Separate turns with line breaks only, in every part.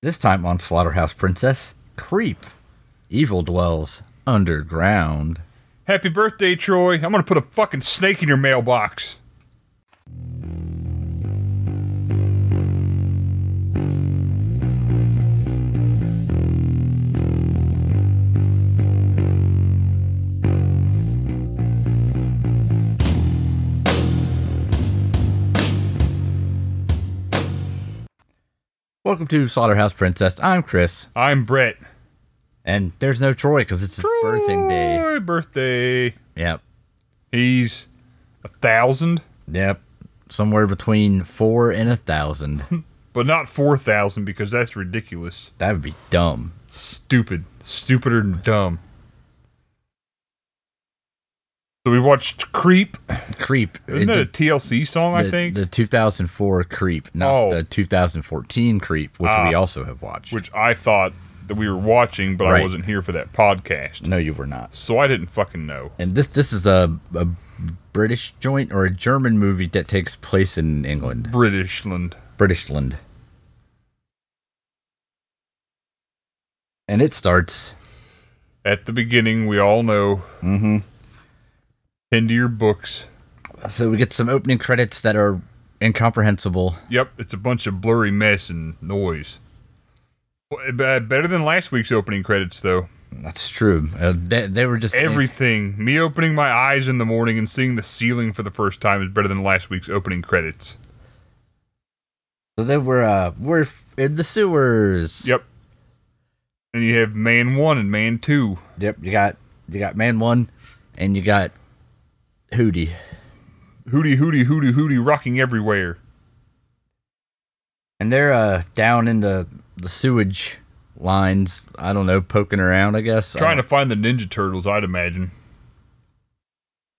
This time on Slaughterhouse Princess, Creep. Evil dwells underground.
Happy birthday, Troy. I'm going to put a fucking snake in your mailbox.
Welcome to Slaughterhouse Princess. I'm Chris,
I'm Brett.
and there's no Troy because it's his birthing day.
Troy, birthday.
Yep,
He's a thousand,
yep. Somewhere between four and a thousand.
but not 4,000 because that's ridiculous.
that would be dumb.
Stupid. Stupider than dumb. So we watched Creep.
Creep.
Isn't that a
It-
TLC song,
the,
I think?
the 2004 Creep, not
Oh. Ah.
the 2014 Creep, which we also have watched.
Which I thought that we were watching, but
Right.
I wasn't here for that podcast.
no, you were not.
So I didn't fucking know.
And this this is a, a British joint or a German movie that takes place in England,
Britishland.
Britishland. And it starts
At the beginning, we all know. Mm-hmm. Into your books.
so we get some opening credits that are incomprehensible.
Yep, it's a bunch of blurry mess and noise. Well, uh, Better than last week's opening credits, though.
That's true. Uh, they, they were just
Everything. Me opening my eyes in the morning and seeing the ceiling for the first time is better than last week's opening credits.
So they were uh we're f- in the sewers.
Yep. And you have Man 1 and Man 2.
Yep, you got you got man one and you got Hootie.
Hootie, hootie, hootie, hootie, rocking everywhere.
And they're uh down in the, the sewage lines, I don't know, poking around, I guess. I
Trying to find the Ninja Turtles, I'd imagine.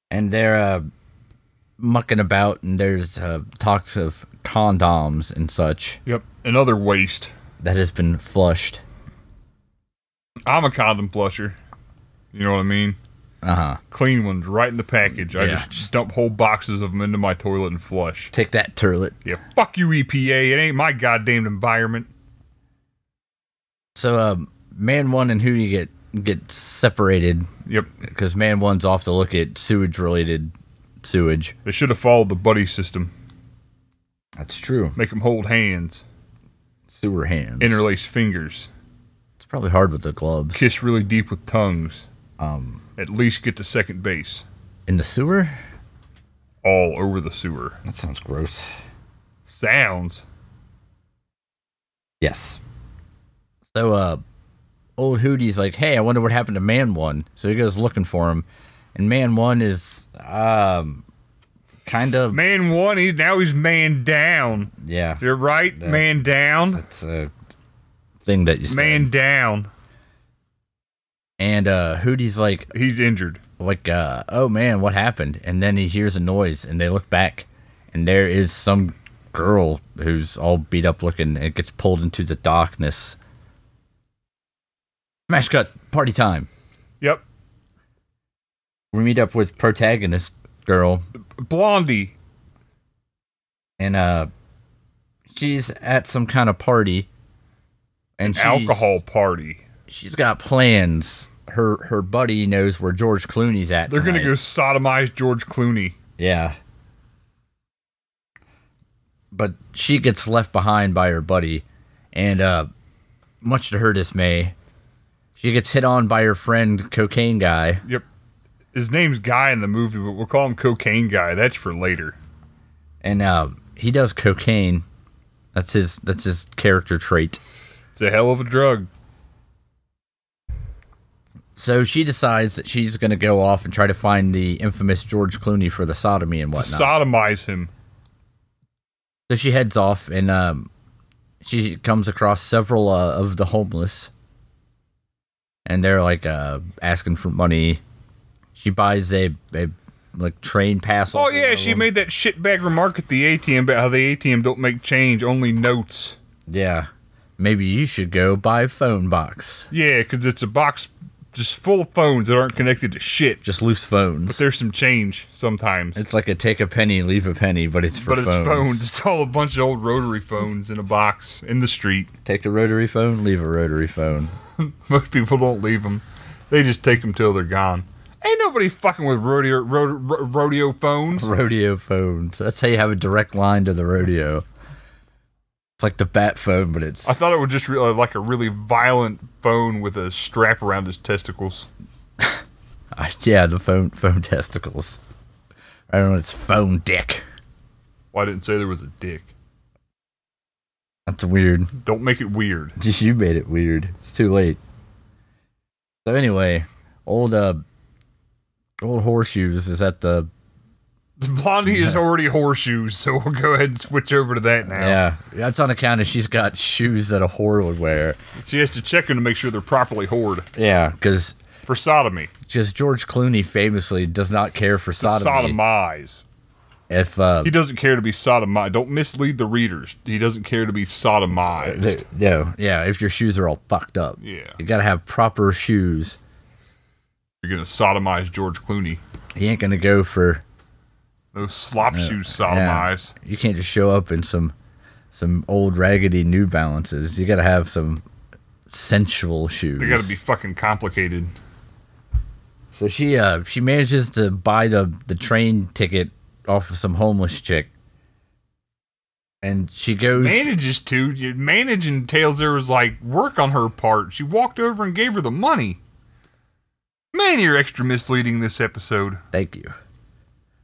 and they're uh, mucking about, and there's uh, talks of condoms and such
Yep. Another waste.
that has been flushed.
I'm a condom flusher. You know what I mean?
Uh huh.
Clean ones right in the package. I
Yeah.
just dump whole boxes of them into my toilet and flush.
Take that turlet.
Yeah, fuck you, EPA. It ain't my goddamn environment.
So, um, man one and Hootie get get separated
Yep,
because man one's off to look at sewage related sewage.
they should have followed the buddy system.
That's true.
Make them hold hands,
Sewer hands.
interlace fingers,
It's probably hard with the gloves.
kiss really deep with tongues.
Um,
At least get to second base.
in the sewer.
All over the sewer.
That sounds gross.
Sounds.
Yes. So, uh, old Hootie's like, hey, I wonder what happened to Man One. So he goes looking for him, and Man One is, um, kind of,
Man one, he, now he's man down.
yeah,
You're right, man down.
that's a thing that you say.
Man down.
And uh, Hootie's like,
He's injured.
like, uh, oh man, what happened? And then he hears a noise, and they look back, and there is some girl who's all beat up looking, and gets pulled into the darkness. Smash cut, party time.
Yep.
we meet up with protagonist girl
Blondie.
and uh she's at some kind of party and she's,
Alcohol party.
she's got plans her her buddy knows where george clooney's at
They're gonna
tonight.
go sodomize George Clooney.
yeah but she gets left behind by her buddy and uh much to her dismay she gets hit on by her friend cocaine guy
Yep. His name's Guy in the movie, but we'll call him Cocaine Guy. That's for later.
and uh he does cocaine that's his that's his character trait
It's a hell of a drug.
So she decides that she's going to go off and try to find the infamous George Clooney for the sodomy and
To
whatnot.
sodomize him.
so she heads off and um, she comes across several uh, of the homeless. And they're like uh, asking for money. She buys a, a like train pass.
Oh
off one
yeah,
of
she
them.
made that shitbag remark at the ATM about how the ATM don't make change, only notes.
Yeah. Maybe you should go buy a phone box.
Yeah, 'cause it's a box just full of phones that aren't connected to shit.
Just loose phones.
But there's some change sometimes.
It's like a take a penny, leave a penny, but it's for
but it's phones. It's all a bunch of old rotary phones in a box in the street.
Take a rotary phone, leave a rotary phone.
Most people don't leave them; they just take them till they're gone. Ain't nobody fucking with rodeo ro- ro- rodeo phones.
Rodeo phones. That's how you have a direct line to the rodeo. It's like the bat phone, but it's
I thought it was just re- uh, like a really violent phone with a strap around his testicles.
yeah, the phone phone testicles. I don't know. It's phone dick.
Well, I didn't say there was a dick.
That's weird.
Don't make it weird.
You made it weird. It's too late. So anyway, old uh, old horseshoes is at the
Blondie is already horseshoes, so we'll go ahead and switch over to that now.
yeah. That's on account of she's got shoes that a whore would wear.
She has to check them to make sure they're properly hoard
Yeah, because
for sodomy,
George Clooney famously does not care for
to
sodomy.
sodomize.
If uh,
He doesn't care to be sodomized. Don't mislead the readers. He doesn't care to be sodomized.
th- no, yeah, if your shoes are all fucked up,
Yeah.
you gotta have proper shoes.
You're gonna sodomize George Clooney.
He ain't gonna go for
Those slop shoes
yeah.
sodomize.
You can't just show up in some some old raggedy New Balances. You gotta have some sensual shoes.
They gotta be fucking complicated.
So she uh she manages to buy the the train ticket off of some homeless chick, and she goes.
Manages to. you- Managing tails there was like work on her part. She walked over and gave her the money. Man, you're extra misleading this episode.
Thank you.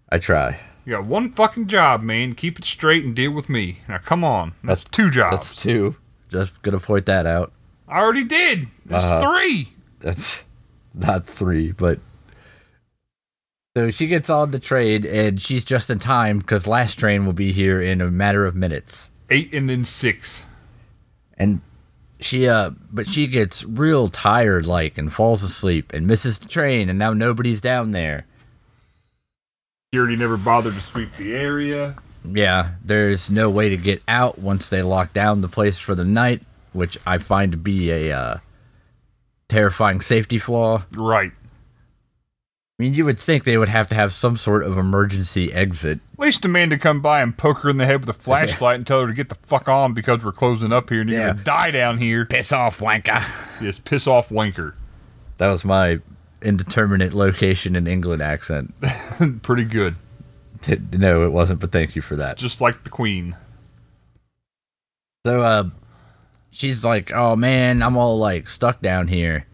I try.
You got one fucking job, man. Keep it straight and deal with me. Now come on.
That's-
That's, two jobs.
That's two. Just gonna point that out.
I already did. That's
Uh-huh.
three.
That's not three, but so she gets on the train and she's just in time because last train will be here in a matter of minutes.
Eight and then six.
And she uh but she gets real tired like and falls asleep and misses the train and now nobody's down there.
Security never bothered to sweep the area.
Yeah, there's no way to get out once they lock down the place for the night, which I find to be a uh, terrifying safety flaw.
Right.
I mean, you would think they would have to have some sort of emergency exit.
At least a man to come by and poke her in the head with a flashlight and tell her to get the fuck on because we're closing up here and you're
Yeah.
gonna die down here.
Piss off, wanker.
Just piss off wanker.
That was my indeterminate location in England accent.
Pretty good.
T- no, it wasn't, but thank you for that.
Just like the queen.
So, uh, she's like, oh man, I'm all like stuck down here.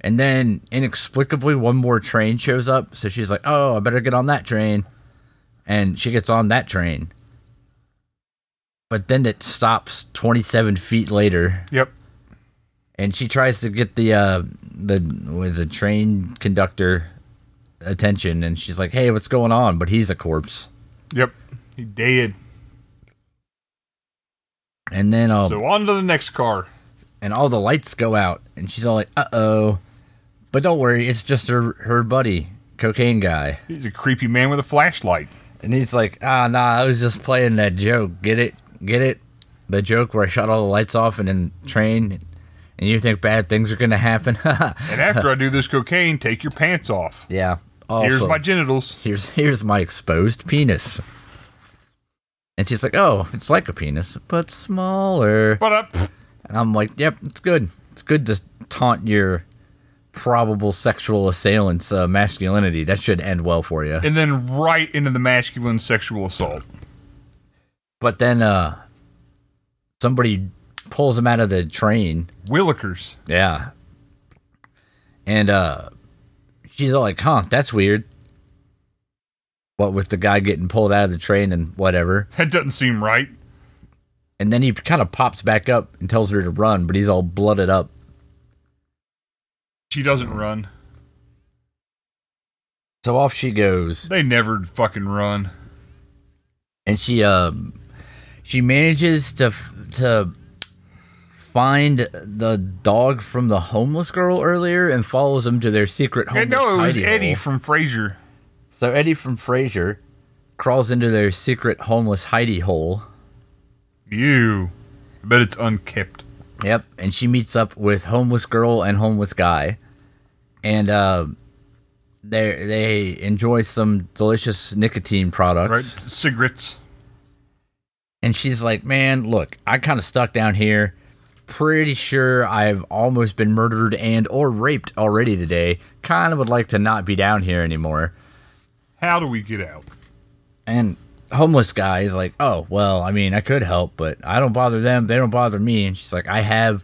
And then inexplicably, one more train shows up. So she's like, oh, I better get on that train. And she gets on that train. But then it stops 27 feet later.
Yep.
and she tries to get the uh the was a train conductor attention and she's like hey what's going on but he's a corpse
Yep. He did.
and then um
So on to the next car.
and all the lights go out and she's all like uh-oh but don't worry it's just her her buddy cocaine guy
He's a creepy man with a flashlight.
and he's like ah nah i was just playing that joke get it get it the joke where i shut all the lights off and then train and you think bad things are gonna happen
And after I do this cocaine, take your pants off.
yeah also,
Here's my genitals.
here's here's my exposed penis. And she's like, oh, it's like a penis, but smaller.
But up.
And I'm like, yep, it's good. It's good to taunt your probable sexual assailant's uh, masculinity. That should end well for you.
and then right into the masculine sexual assault.
But then uh, somebody pulls him out of the train.
Willikers.
Yeah. And uh, she's all like, huh, that's weird. What with the guy getting pulled out of the train and whatever.
That doesn't seem right.
And then he kind of pops back up and tells her to run, but he's all blooded up.
She doesn't run.
So off she goes,
They never fucking run.
and she um she manages to f- to find the dog from the homeless girl earlier and follows him to their secret homeless.
And no, it was
hidey
Eddie
hole.
from Frasier.
So Eddie from Frasier crawls into their secret homeless hidey hole.
You. I bet it's unkept.
Yep, and she meets up with homeless girl and homeless guy, and uh, they they enjoy some delicious nicotine products.
right? Cigarettes.
And she's like, "Man, look, I kind of stuck down here. Pretty sure I've almost been murdered and or raped already today. Kind of would like to not be down here anymore."
How do we get out?
And homeless guy is like, "Oh, well, I mean, I could help, but I don't bother them. They don't bother me." And she's like, "I have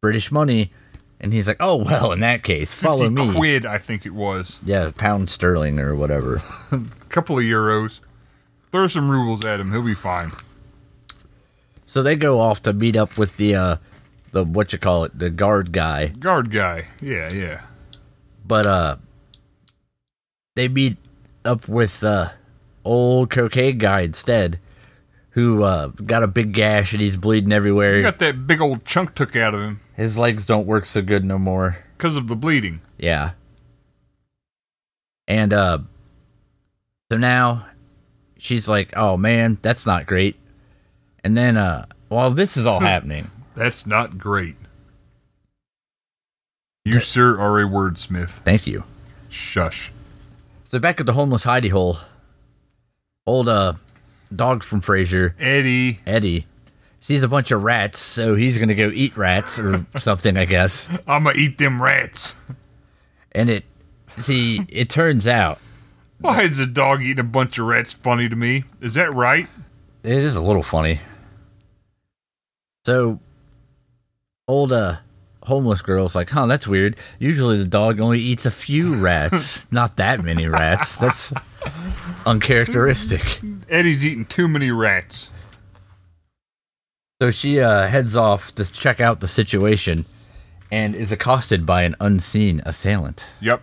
British money." And he's like, "Oh, well, in that case, follow
50
me."
quid, I think it was.
Yeah, pound sterling or whatever.
A couple of euros. Throw some rubles at him. He'll be fine.
So they go off to meet up with the uh the what you call it, the guard guy.
Guard guy. Yeah, yeah.
But uh they meet up with uh old cocaine guy instead, who uh got a big gash and he's bleeding
He
everywhere.
got that big old chunk took out of him
His legs don't work so good no more.
because of the bleeding.
Yeah. And uh so now she's like, "Oh man, that's not great." And then uh while this is all happening,
That's not great. You, sir, are a wordsmith.
thank you.
Shush.
So back at the homeless hidey hole, old uh dog from Frasier,
Eddie.
Eddie, sees a bunch of rats, so he's gonna go eat rats or something, I guess.
I'm going to eat them rats.
And it see, it turns out
Why is a dog eating a bunch of rats funny to me? Is that right?
it is a little funny. So old uh homeless girl's like, huh, that's weird. Usually the dog only eats a few rats, not that many rats. That's uncharacteristic.
Eddie's eating too many rats.
So she uh, heads off to check out the situation and is accosted by an unseen assailant.
Yep.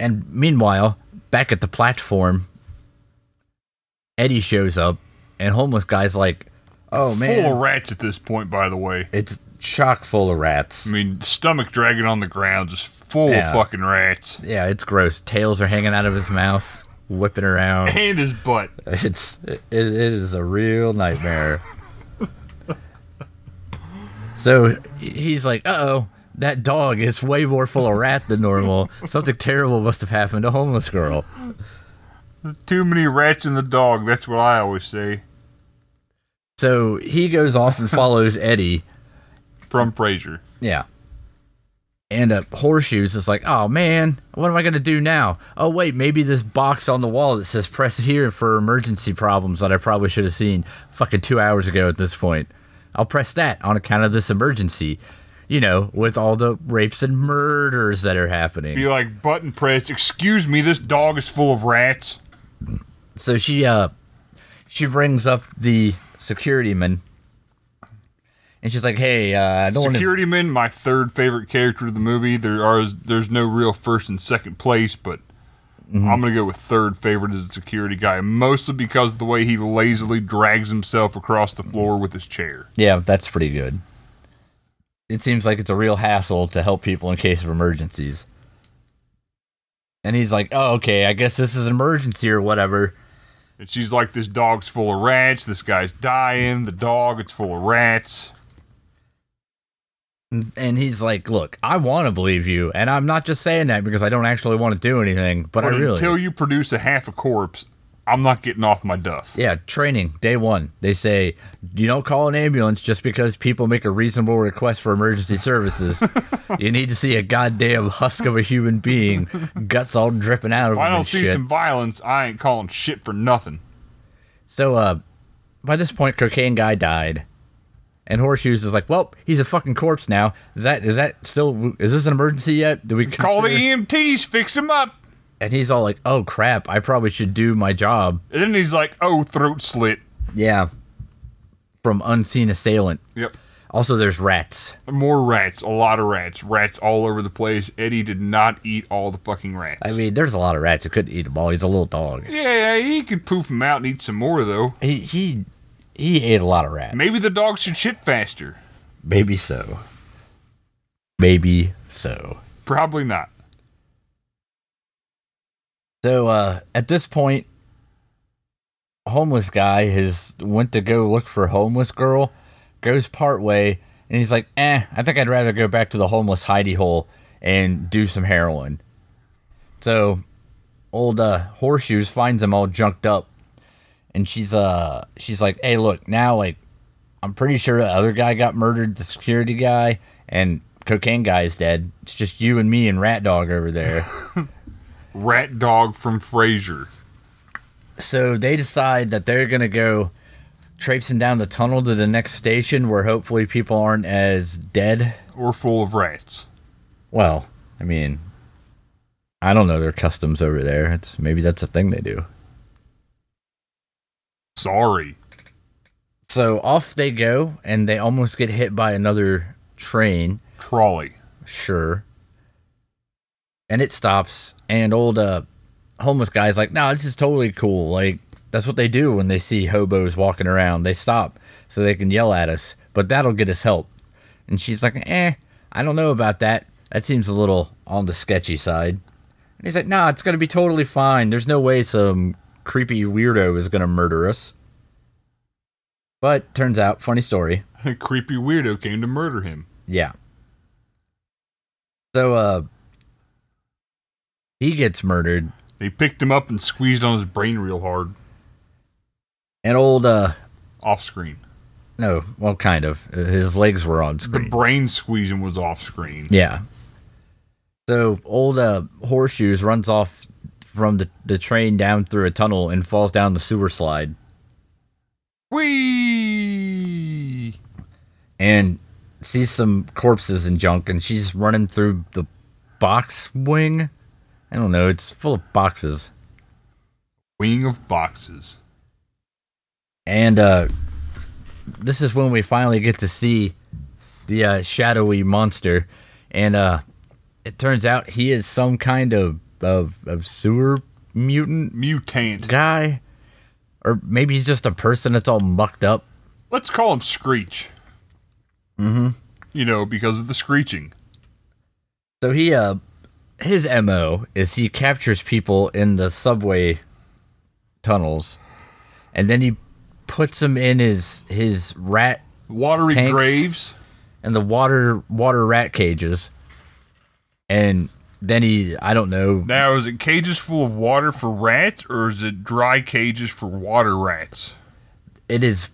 And meanwhile, back at the platform, Eddie shows up and homeless guy's like, "Oh man,
Full of rats at this point, by the way.
it's chock full of rats."
I mean, stomach dragging on the ground, just full
Yeah.
of fucking rats.
Yeah, it's gross. Tails are hanging out of his mouth, whipping around.
And his butt.
It's it, it is a real nightmare. so he's like, "Uh oh, that dog is way more full of rat than normal. Something terrible must have happened to homeless girl."
Too many rats in the dog, that's what I always say.
So he goes off and follows Eddie.
From Fraser.
Yeah. And uh, horseshoes is like, oh man, what am I gonna do now? Oh wait, maybe this box on the wall that says press here for emergency problems that I probably should have seen fucking two hours ago at this point. I'll press that on account of this emergency. You know, with all the rapes and murders that are happening.
Be like button press. Excuse me, this dog is full of rats.
So she uh she brings up the security man and she's like, Hey, uh I don't want to
Security man, my third favorite character of the movie. There are there's no real first and second place, but
Mm-hmm.
I'm gonna go with third favorite as a security guy, mostly because of the way he lazily drags himself across the floor with his chair.
Yeah, that's pretty good. It seems like it's a real hassle to help people in case of emergencies. And he's like, "Oh, okay, I guess this is an emergency or whatever."
And she's like, "This dog's full of rats. This guy's dying. The dog, it's full of rats."
Oh, And he's like, "Look, I want to believe you, and I'm not just saying that because I don't actually want to do anything, but,
But
I really
until you produce a half a corpse, I'm not getting off my duff.
Yeah, training day one. They say you don't call an ambulance just because people make a reasonable request for emergency services. you need to see a goddamn husk of a human being, guts all dripping out of
If I
him
don't
and
see
shit.
some violence, I ain't calling shit for nothing.
So, uh, by this point, cocaine guy died, and Horseshoes is like, "Well, he's a fucking corpse now. Is that is that still is this an emergency yet? Do we
Call the
consider-"
EMTs, fix him up.
And he's all like, "Oh crap, I probably should do my job."
And then he's like, "Oh, throat slit."
Yeah, from unseen assailant.
Yep.
Also, there's rats.
More rats, a lot of rats, rats all over the place. Eddie did not eat all the fucking rats.
I mean, there's a lot of rats. He couldn't eat them all. He's a little dog.
yeah, yeah, he could poop them out and eat some more though.
He he he ate a lot of rats.
Maybe the dog should shit faster.
maybe so. Maybe so.
Probably not.
So uh, at this point, a homeless guy has went to go look for a homeless girl, goes part way, And he's like, eh, I think I'd rather go back to the homeless hidey hole and do some heroin. So old uh, horseshoes finds him all junked up and she's uh she's like, Hey look, now like I'm pretty sure the other guy got murdered, the security guy and cocaine guy is dead. It's just you and me and rat dog over there.
Rat dog from Frasier.
so they decide that they're gonna go traipsing down the tunnel to the next station where hopefully people aren't as dead.
We're full of rats.
Well, I mean, I don't know their customs over there. It's maybe that's a thing they do.
Sorry.
So off they go, and they almost get hit by another train.
Trolley.
Sure. And it stops, and old uh, homeless guy's like, "No, this is totally cool. Like that's what they do when they see hobos walking around. They stop so they can yell at us, but that'll get us help." And she's like, "Eh, I don't know about that. That seems a little on the sketchy side." And he's like, "Nah, it's gonna be totally fine. There's no way some creepy weirdo is gonna murder us." But turns out, funny story.
A creepy weirdo came to murder him.
Yeah. So uh he gets murdered
They picked him up and squeezed on his brain real hard.
and old uh
Off screen.
no, well kind of. His legs were on
The
screen.
brain squeezing was off screen.
Yeah. So old uh horseshoes runs off from the, the train down through a tunnel and falls down the sewer slide.
Whee!
and sees some corpses and junk, and she's running through the box wing. I don't know, it's full of boxes.
Wing of boxes.
And uh, this is when we finally get to see the uh, shadowy monster. And uh, it turns out he is some kind of, of, of sewer mutant
Mutant.
guy. Or maybe he's just a person that's all mucked up.
Let's call him Screech. Mm-hmm.
Mm-hmm.
You know, because of the screeching.
So he uh his MO is he captures people in the subway tunnels and then he puts them in his his rat
Watery
Tanks.
graves.
and the water water rat cages. And then he I don't know.
Now, is it cages full of water for rats, or is it dry cages for water rats?
It is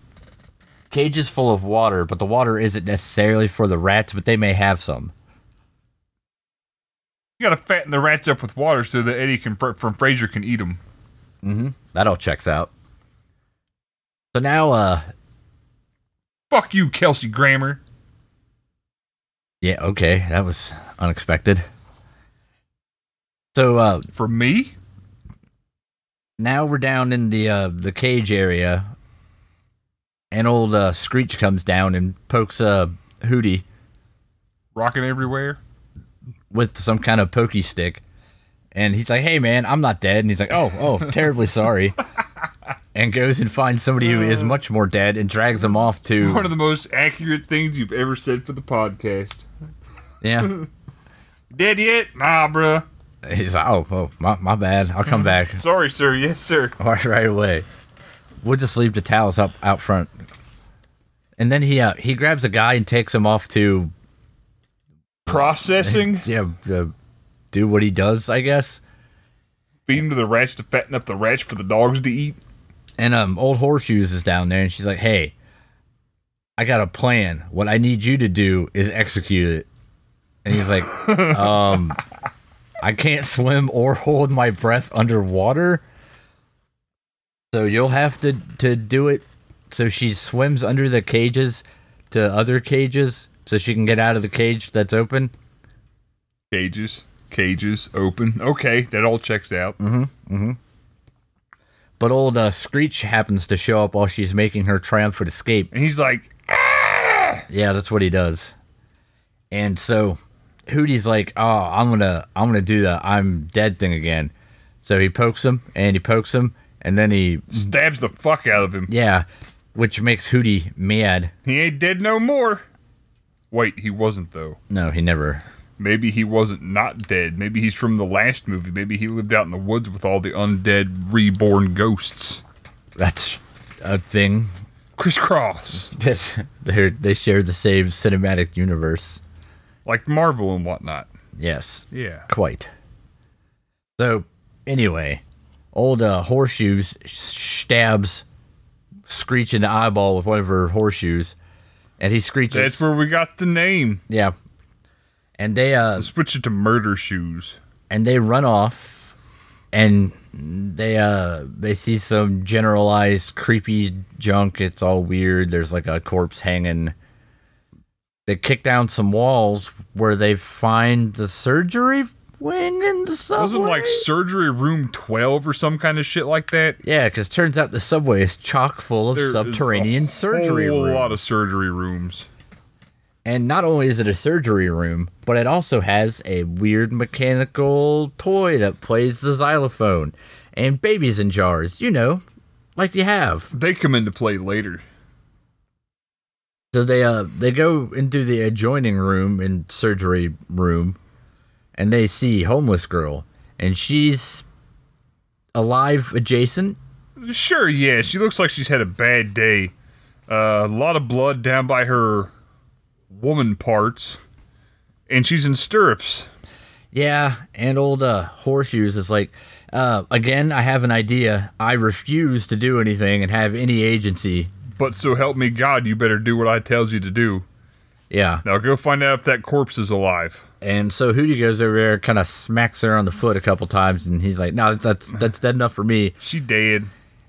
cages full of water, but the water isn't necessarily for the rats, but they may have some.
You gotta fatten the rats up with water so that Eddie can, from Fraser can eat them.
That all checks out. So now uh
Fuck you, Kelsey Grammer.
yeah, okay, that was unexpected. So uh
For me?
now we're down in the uh, the cage area, and old uh, Screech comes down and pokes uh, Hootie
Rocking everywhere?
with some kind of pokey stick, and he's like, "Hey man, I'm not dead," and he's like, "Oh, oh, terribly sorry," and goes and finds somebody who is much more dead and drags him off
One
to
of the most accurate things you've ever said for the podcast.
yeah.
Dead yet? Nah, bruh.
He's like, "Oh, oh, my, my bad. I'll come back
Sorry, sir. Yes, sir.
right, right away." We'll just leave the towels up out front, and then he uh, he grabs a guy and takes him off to
Processing?
yeah, uh, do what he does, I guess.
Feeding to the rats to fatten up the rats for the dogs to eat?
And um, old horseshoes is down there, and she's like, "Hey, I got a plan. What I need you to do is execute it." And he's like, "Um, I can't swim or hold my breath underwater, so you'll have to to do it." So she swims under the cages to other cages, so she can get out of the cage that's open.
Cages. Cages. Open. Okay, that all checks out.
But old uh, Screech happens to show up while she's making her triumphant escape,
And he's like,
Yeah, that's what he does. And so Hootie's like, "Oh, I'm gonna, I'm gonna do the I'm dead thing again." So he pokes him and he pokes him, and then he,
stabs the fuck out of him.
yeah, which makes Hootie mad.
He ain't dead no more. Wait, he wasn't though.
No, he never.
Maybe he wasn't not dead. Maybe he's from the last movie. Maybe he lived out in the woods with all the undead reborn ghosts.
That's a thing.
crisscross,
They're- they share the same cinematic universe.
like Marvel and whatnot.
Yes,
Yeah.
quite. So, anyway, old uh, horseshoes sh- stabs Screech in the eyeball with one of her horseshoes, and he screeches.
That's where we got the name.
yeah, and they uh,
Switch it to Murder Shoes.
and they run off and they uh they see some generalized creepy junk it's all weird there's like a corpse hanging they kick down some walls where they find the surgery wing in the subway
Wasn't like surgery room 12 or some kind of shit like that?
yeah because turns out the subway is chock full of
There is
subterranean
a
surgery
whole
rooms.
lot of surgery rooms.
and not only is it a surgery room but it also has a weird mechanical toy that plays the xylophone and babies in jars you know like you have
They come into play later.
So they uh they go into the adjoining room in surgery room, and they see homeless girl, and she's alive adjacent.
Sure, yeah, she looks like she's had a bad day. Uh, a lot of blood down by her woman parts, and she's in stirrups.
Yeah, and old uh, horseshoes is like, uh, again, I have an idea. I refuse to do anything and have any agency.
But so help me God, you better do what I tells you to do.
Yeah,
Now go find out if that corpse is alive.
and so Hootie goes over there, kind of smacks her on the foot a couple times, and he's like, "No, that's that's dead enough for me."
She dead.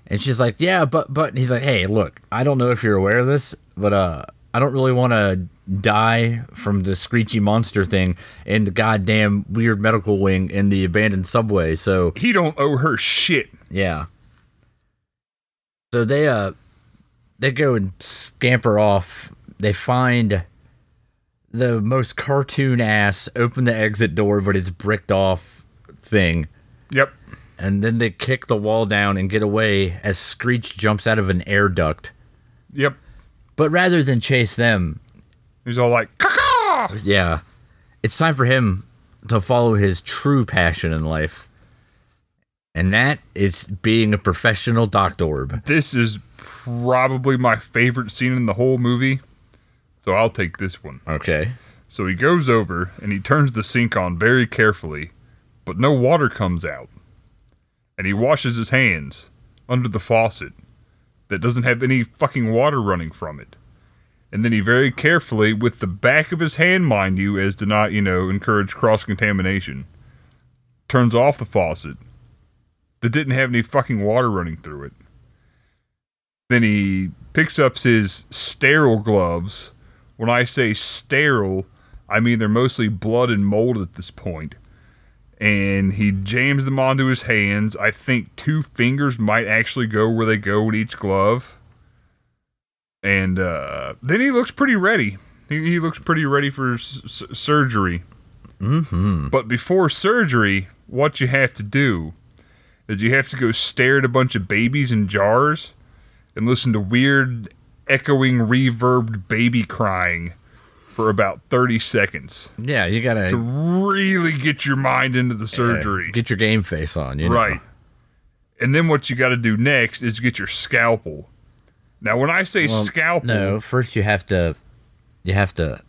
And she's like, "Yeah, but but." And he's like, "Hey, look, I don't know if you're aware of this, but uh, I don't really want to die from the screechy monster thing in the goddamn weird medical wing in the abandoned subway." So
He don't owe her shit.
yeah. So they uh, they go and scamper off. They find the most cartoon ass open the exit door, but it's bricked off thing
Yep.
and then they kick the wall down and get away as Screech jumps out of an air duct.
Yep.
But rather than chase them,
He's all like, Caw!
yeah, it's time for him to follow his true passion in life. And that is being a professional doctor.
This is probably my favorite scene in the whole movie. So I'll take this one.
Okay.
So he goes over and he turns the sink on very carefully, but no water comes out. And he washes his hands under the faucet that doesn't have any fucking water running from it. And then he very carefully, with the back of his hand, mind you, as to not, you know, encourage cross contamination, turns off the faucet that didn't have any fucking water running through it. Then he picks up his sterile gloves. When I say sterile, I mean they're mostly blood and mold at this point. And he jams them onto his hands. I think two fingers might actually go where they go in each glove. And uh, then he looks pretty ready. He, he looks pretty ready for s- s- surgery. Mm-hmm. But before surgery, what you have to do is you have to go stare at a bunch of babies in jars and listen to weird, echoing, reverbed baby crying for about 30 seconds
Yeah, you gotta uh,
to really get your mind into the surgery.
get your game face on, you know?
right. And then what you got to do next is get your scalpel. Now, when I say
Well,
scalpel,
No, first you have to, you have to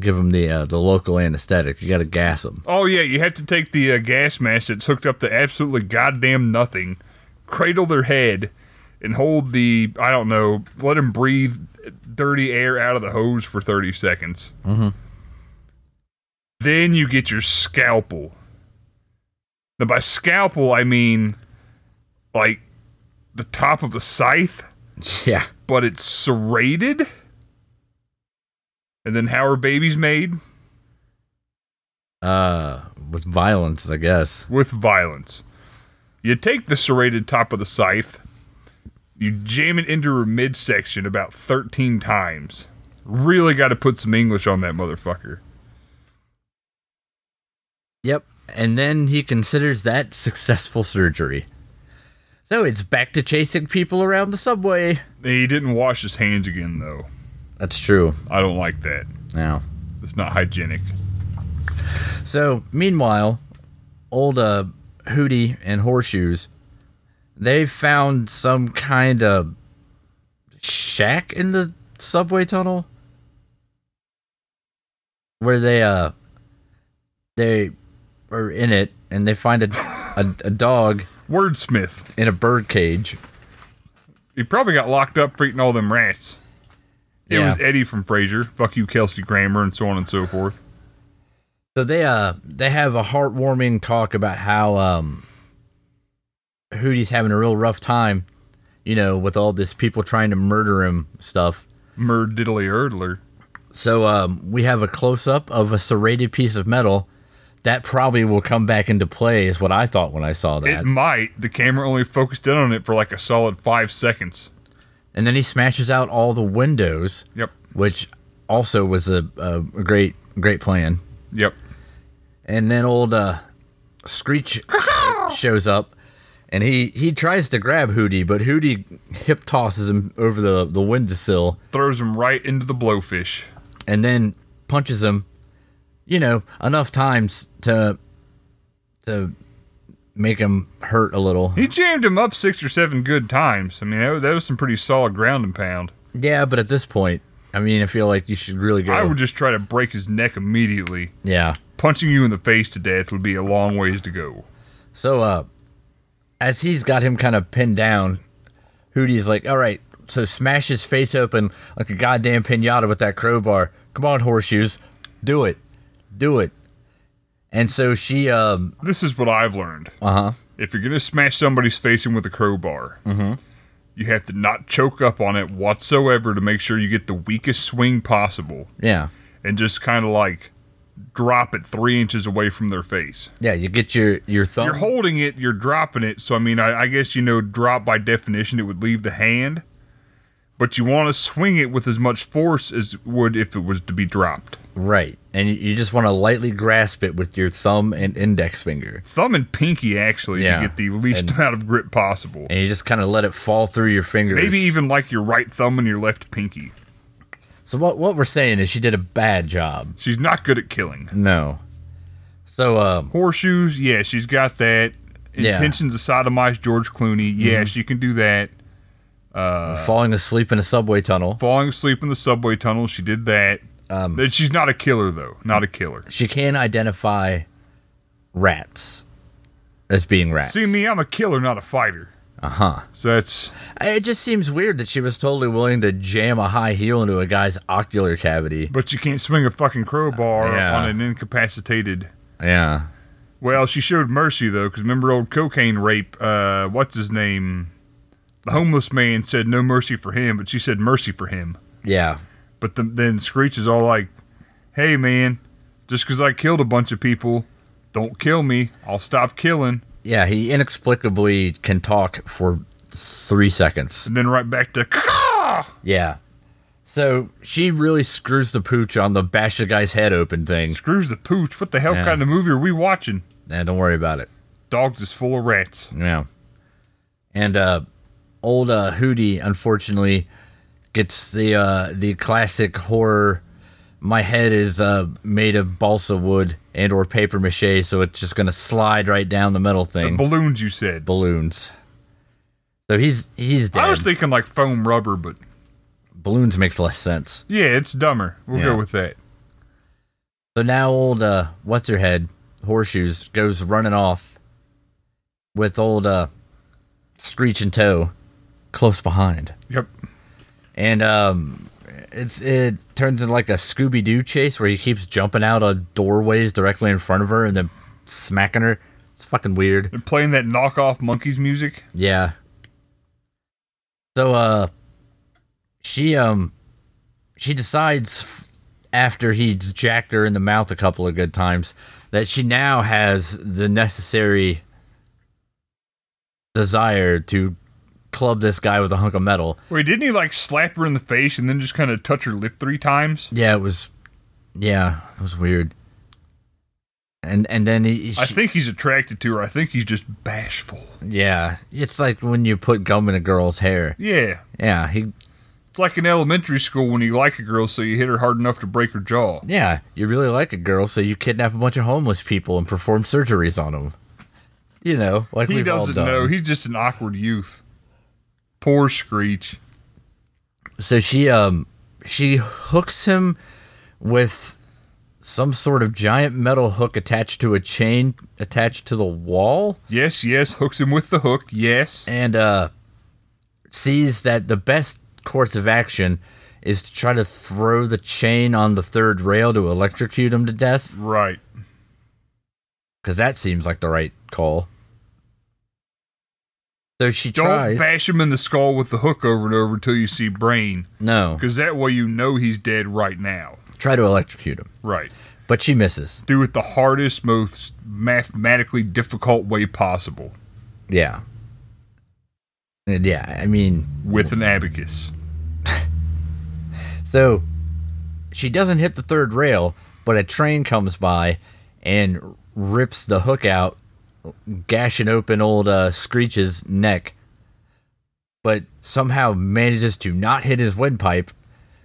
give them the uh, the local anesthetic. You gotta gas them.
oh yeah, you have to take the uh, gas mask that's hooked up to absolutely goddamn nothing, cradle their head, and hold the I don't know, let them breathe dirty air out of the hose for thirty seconds. Then you get your scalpel. Now, by scalpel, I mean like the top of the scythe,
Yeah.
but it's serrated. And then how are babies made?
Uh, with violence, I guess.
With violence. You take the serrated top of the scythe, you jam it into her midsection about 13 times. Really got to put some English on that motherfucker.
Yep. And then he considers that successful surgery. So it's back to chasing people around the subway.
He didn't wash his hands again, though.
That's true.
I don't like that.
Now.
It's not hygienic.
So meanwhile, old uh, Hootie and Horseshoes, they found some kind of shack in the subway tunnel where they uh they are in it and they find a a, a dog
Wordsmith.
in a bird cage.
He probably got locked up for eating all them rats. It
Yeah.
was Eddie from Frasier. Fuck you, Kelsey Grammer, and so on and so forth.
So they uh they have a heartwarming talk about how um Hootie's having a real rough time, you know, with all this people trying to murder him stuff.
Murd diddly erdler.
So um, we have a close up of a serrated piece of metal that probably will come back into play, is what I thought when I saw that.
It might. The camera only focused in on it for like a solid five seconds.
and then he smashes out all the windows,
Yep.
which also was a, a great great plan.
Yep.
And then old uh, Screech shows up, and he he tries to grab Hootie, but Hootie hip tosses him over the the windowsill,
Throws him right into the blowfish.
and then punches him, you know, enough times to to make him hurt a little.
He jammed him up six or seven good times. I mean, that was, that was some pretty solid ground and pound.
Yeah, but at this point, I mean, I feel like you should really go.
I would just try to break his neck immediately.
yeah.
Punching you in the face to death would be a long ways to go.
So, uh, as he's got him kind of pinned down, Hootie's like, "All right, so smash his face open like a goddamn pinata with that crowbar. Come on, horseshoes, do it, do it." And so she, um,
This is what I've learned.
uh huh,
If you're going to smash somebody's face in with a crowbar, you have to not choke up on it whatsoever to make sure you get the weakest swing possible
yeah,
and just kind of like drop it three inches away from their face.
yeah. You get your your thumb.
You're holding it, you're dropping it. So, I mean, I, I guess, you know, drop by definition, it would leave the hand, but you want to swing it with as much force as would if it was to be dropped.
Right. And you, you just want to lightly grasp it with your thumb and index finger.
Thumb and pinky, actually,
Yeah,
to get the least amount of grip possible.
And you just kind of let it fall through your fingers.
Maybe even like your right thumb and your left pinky.
So, what, what we're saying is she did a bad job.
She's not good at killing.
No. So, um,
Horseshoes, yeah, she's got that.
Yeah. Mm-hmm.
Intention to sodomize George Clooney, yeah, she can do that. Uh.
falling asleep in a subway tunnel.
Falling asleep in the subway tunnel, she did that.
Um,
But she's not a killer, though. Not a killer.
She can identify rats as being rats.
See me, I'm a killer, not a fighter.
Uh huh.
So that's
It just seems weird that she was totally willing to jam a high heel into a guy's ocular cavity.
but you can't swing a fucking crowbar
Yeah.
on an incapacitated.
Yeah.
Well, she showed mercy though, because remember old cocaine rape. Uh, what's his name? The homeless man said no mercy for him, but she said mercy for him.
Yeah.
But the, then Screech is all like, "Hey man, just 'cause I killed a bunch of people, don't kill me. I'll stop killing."
Yeah. He inexplicably can talk for three seconds.
And then right back to, "Caw!"
Yeah. So she really screws the pooch on the bash the guy's head open thing.
"Screws the pooch. What the hell
Yeah.
kind of movie are we watching?
Nah, don't worry about it.
Dogs is full of rats."
Yeah. And uh old uh Hootie unfortunately gets the uh the classic horror my head is uh made of balsa wood and or paper mache, so it's just gonna slide right down the metal thing.
Balloons, you said.
Balloons. So he's he's dead.
I was thinking like foam rubber, but
Balloons makes less sense.
yeah, it's dumber. We'll
Yeah.
go with that.
So now old uh what's her head horseshoes goes running off with old uh Screech and Toe close behind.
Yep.
And um it's it turns into like a Scooby Doo chase where he keeps jumping out of doorways directly in front of her and then smacking her. It's fucking weird.
They're playing that knockoff monkeys music.
Yeah. So uh she um she decides f- after he's jacked her in the mouth a couple of good times that she now has the necessary desire to club this guy with a hunk of metal.
Wait, didn't he like slap her in the face and then just kind of touch her lip three times?
Yeah, it was yeah, it was weird. And and then he, she,
I think he's attracted to her. I think he's just bashful.
yeah, it's like when you put gum in a girl's hair.
Yeah.
Yeah, he
It's like in elementary school when you like a girl, so you hit her hard enough to break her jaw.
Yeah, you really like a girl, so you kidnap a bunch of homeless people and perform surgeries on them. You know, like
He
we've all
doesn't
done.
know. He's just an awkward youth. Poor Screech.
so she um she hooks him with some sort of giant metal hook attached to a chain attached to the wall
Yes, yes. Hooks him with the hook. Yes.
and uh sees that the best course of action is to try to throw the chain on the third rail to electrocute him to death
Right.
because that seems like the right call. So she
Don't
tries.
bash him in the skull with the hook over and over till you see brain,
no,
because that way you know he's dead right now.
try to electrocute him,
Right.
but she misses.
Do it the hardest, most mathematically difficult way possible
Yeah, and yeah. I mean,
with an abacus.
so she doesn't hit the third rail, but a train comes by and rips the hook out, gashing open old uh, Screech's neck. But somehow manages to not hit his windpipe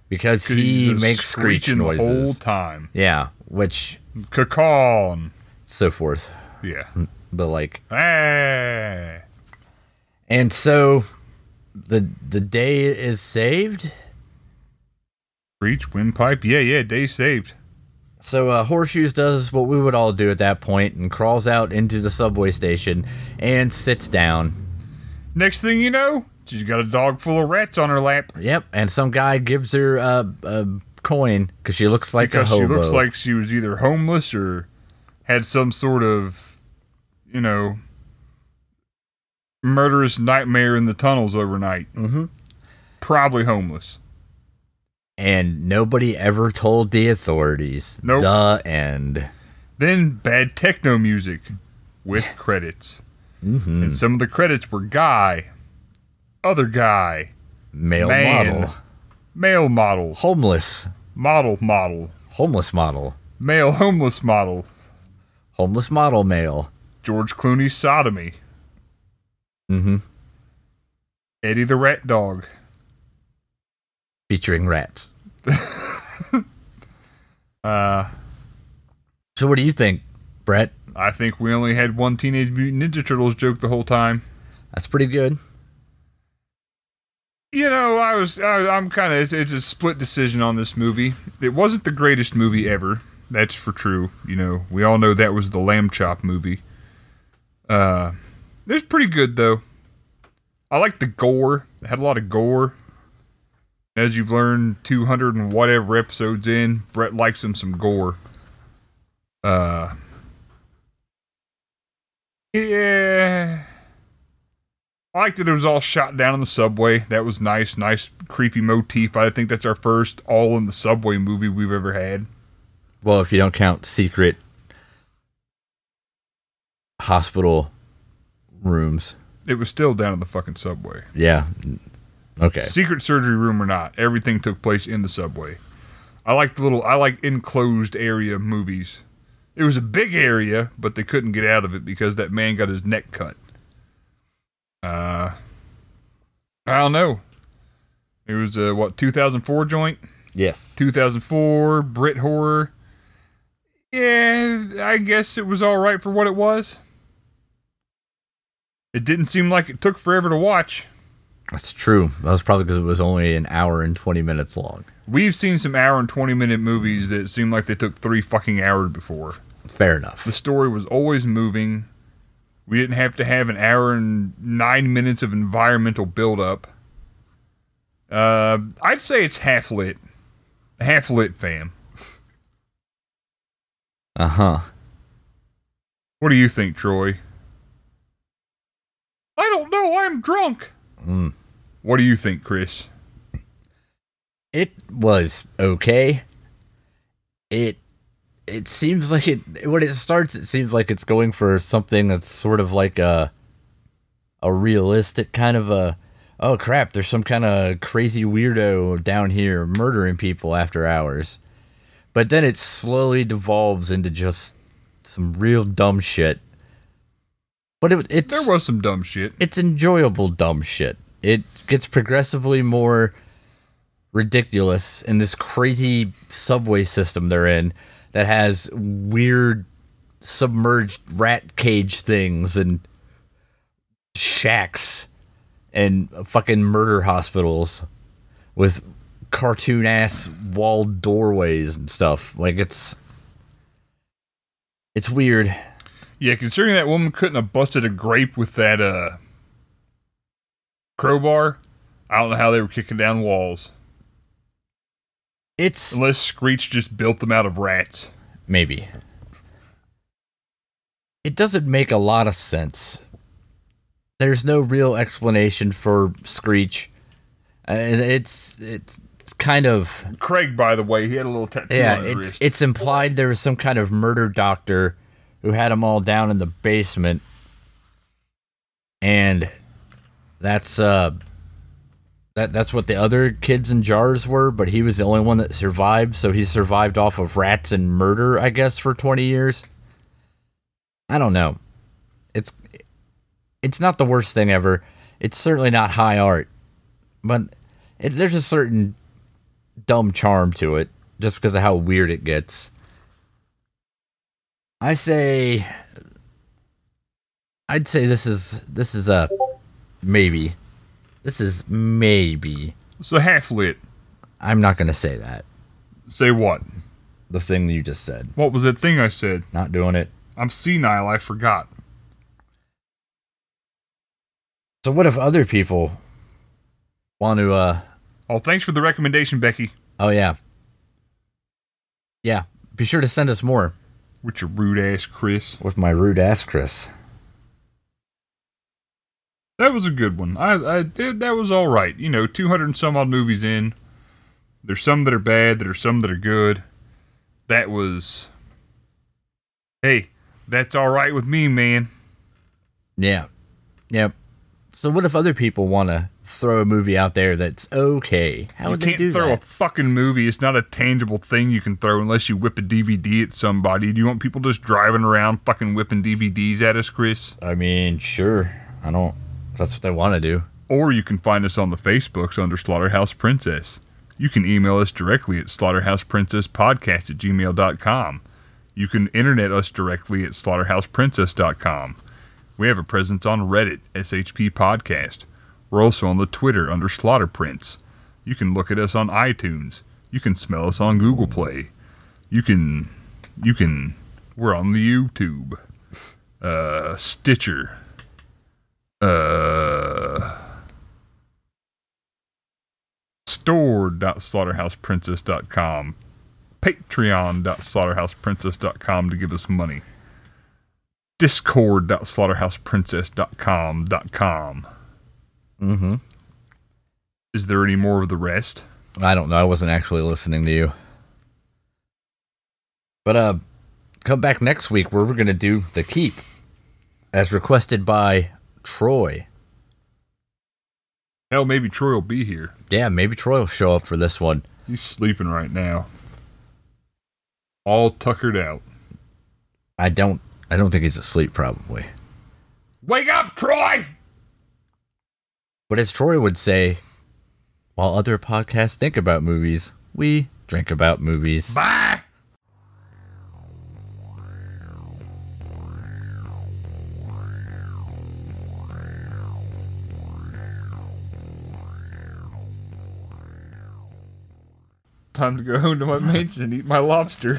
because
'Cause he's
he
just
makes screech
screeching
noises.
the whole time.
Yeah, which
Cacon.
so forth.
Yeah.
The like,
Ah.
and so the the day is saved.
Breach, windpipe. Yeah, yeah. Day saved.
So uh, horseshoes does what we would all do at that point and crawls out into the subway station and sits down.
Next thing you know, she's got a dog full of rats on her lap
Yep, and some guy gives her uh, a coin because she looks like
because
a hobo.
she looks like she was either homeless or had some sort of, you know, murderous nightmare in the tunnels overnight. Mm-hmm. Probably homeless.
and nobody ever told the authorities.
Nope.
The end.
Then bad techno music with credits.
Mhm.
And some of the credits were guy, other guy,
Male
Man.
model,
male model,
homeless,
model model,
homeless model,
male homeless model,
homeless model male.
George Clooney's sodomy,
Mm-hmm.
Eddie the rat dog.
Featuring rats.
Uh,
So what do you think, Brett?
I think we only had one Teenage Mutant Ninja Turtles joke the whole time.
That's pretty good.
You know, I was I, I'm kind of it's, it's a split decision on this movie. It wasn't the greatest movie ever. That's for true. You know, we all know that was the lamb chop movie. Uh, it's pretty good though. I like the gore. It had a lot of gore. As you've learned, 200 and whatever episodes in, Brett likes him some gore. Uh, yeah. I liked that it was all shot down on the subway. That was nice, nice creepy motif. I think that's our first all in the subway movie we've ever had.
Well, if you don't count secret hospital rooms.
It was still down in the fucking subway.
Yeah. Okay.
Secret surgery room or not, everything took place in the subway. I like the little I like enclosed area movies. It was a big area, but they couldn't get out of it because that man got his neck cut. Uh I don't know. It was a what 2004 joint?
Yes.
2004 Brit horror. Yeah, I guess it was all right for what it was. It didn't seem like it took forever to watch.
That's true. That was probably because it was only an hour and 20 minutes long.
We've seen some hour and 20 minute movies that seemed like they took three fucking hours before.
Fair
The
enough.
story was always moving. We didn't have to have an hour and nine minutes of environmental buildup. Uh, I'd say it's half lit. Half lit, fam.
Uh huh.
What do you think, Troy? I don't know. I'm drunk.
Mm.
What do you think, Chris?
It was okay. It it seems like it when it starts it seems like it's going for something that's sort of like a a realistic kind of a oh crap, there's some kind of crazy weirdo down here murdering people after hours. But then it slowly devolves into just some real dumb shit. But it, it's
There was some dumb shit.
it's enjoyable dumb shit. It gets progressively more ridiculous in this crazy subway system they're in that has weird submerged rat cage things and shacks and fucking murder hospitals. with cartoon ass walled doorways and stuff. Like it's it's weird.
Yeah, considering that woman couldn't have busted a grape with that uh crowbar, I don't know how they were kicking down walls.
It's
Unless Screech just built them out of rats.
maybe. It doesn't make a lot of sense. There's no real explanation for Screech. Uh, It's it's kind of
Craig, by the way, he had a little tattoo
yeah.
on his
It's
wrist.
it's implied there was some kind of murder doctor who had them all down in the basement, and that's uh that that's what the other kids in jars were. But he was the only one that survived, so he survived off of rats and murder, I guess, for twenty years. I don't know. It's it's not the worst thing ever. It's certainly not high art, but it, there's a certain dumb charm to it just because of how weird it gets. I say I'd say this is this is a maybe. This is maybe.
so half lit.
I'm not going to say that.
Say what?
The thing you just said.
What was that thing I said?
Not doing it.
I'm senile, I forgot.
So what if other people want to uh
Oh, thanks for the recommendation, Becky.
oh yeah. Yeah, be sure to send us more
With your rude ass Chris.
with my rude ass Chris.
That was a good one. I, I did, that was all right. You know, 200 and some odd movies in. There's some that are bad, there's some that are good. That was. Hey, that's all right with me, man.
Yeah. Yep. So what if other people want to throw a movie out there that's okay? How
you
would
can't
they do
throw
that?
a fucking movie. It's not a tangible thing you can throw unless you whip a DVD at somebody. Do you want people just driving around fucking whipping DVDs at us, Chris?
I mean, sure. I don't. if That's what they want to do.
Or you can find us on the Facebooks under Slaughterhouse Princess. You can email us directly at slaughterhouseprincesspodcast at gmail.com. You can internet us directly at slaughterhouseprincess.com. We have a presence on Reddit, SHP Podcast. We're also on the Twitter under Slaughter Prince. You can look at us on iTunes. You can smell us on Google Play. You can, you can, we're on the YouTube, uh, Stitcher, uh, store.slaughterhouseprincess.com, patreon.slaughterhouseprincess.com to give us money, discord.slaughterhouseprincess.com.com.
Mm-hmm.
Is there any more of the rest?
I don't know. I wasn't actually listening to you. But uh, come back next week where we're gonna do the keep, as requested by Troy.
Hell, maybe Troy will be here.
Yeah, maybe Troy will show up for this one.
He's sleeping right now. All tuckered out.
I don't. I don't think he's asleep probably.
Wake up, Troy!
But as Troy would say, while other podcasts think about movies, we drink about movies.
Bye! Time to go home to my mansion and eat my lobster.